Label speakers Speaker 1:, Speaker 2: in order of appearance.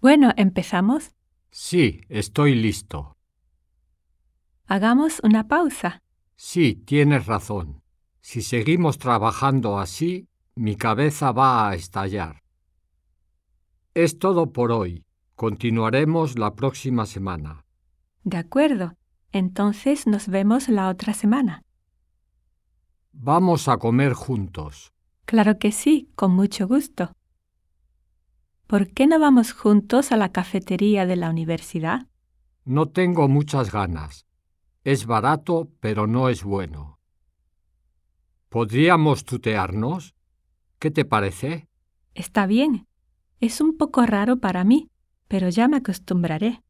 Speaker 1: Bueno, empezamos.
Speaker 2: Sí, estoy listo.
Speaker 1: Hagamos una pausa.
Speaker 2: Sí, tienes razón. Si seguimos trabajando así, mi cabeza va a estallar. Es todo por hoy. Continuaremos la próxima semana.
Speaker 1: De acuerdo. Entonces nos vemos la otra semana.
Speaker 2: Vamos a comer juntos.
Speaker 1: Claro que sí, con mucho gusto. ¿Por qué no vamos juntos a la cafetería de la universidad?
Speaker 2: No tengo muchas ganas. Es barato, pero no es bueno. ¿Podríamos tutearnos? ¿Qué te parece?
Speaker 1: Está bien. Es un poco raro para mí, pero ya me acostumbraré.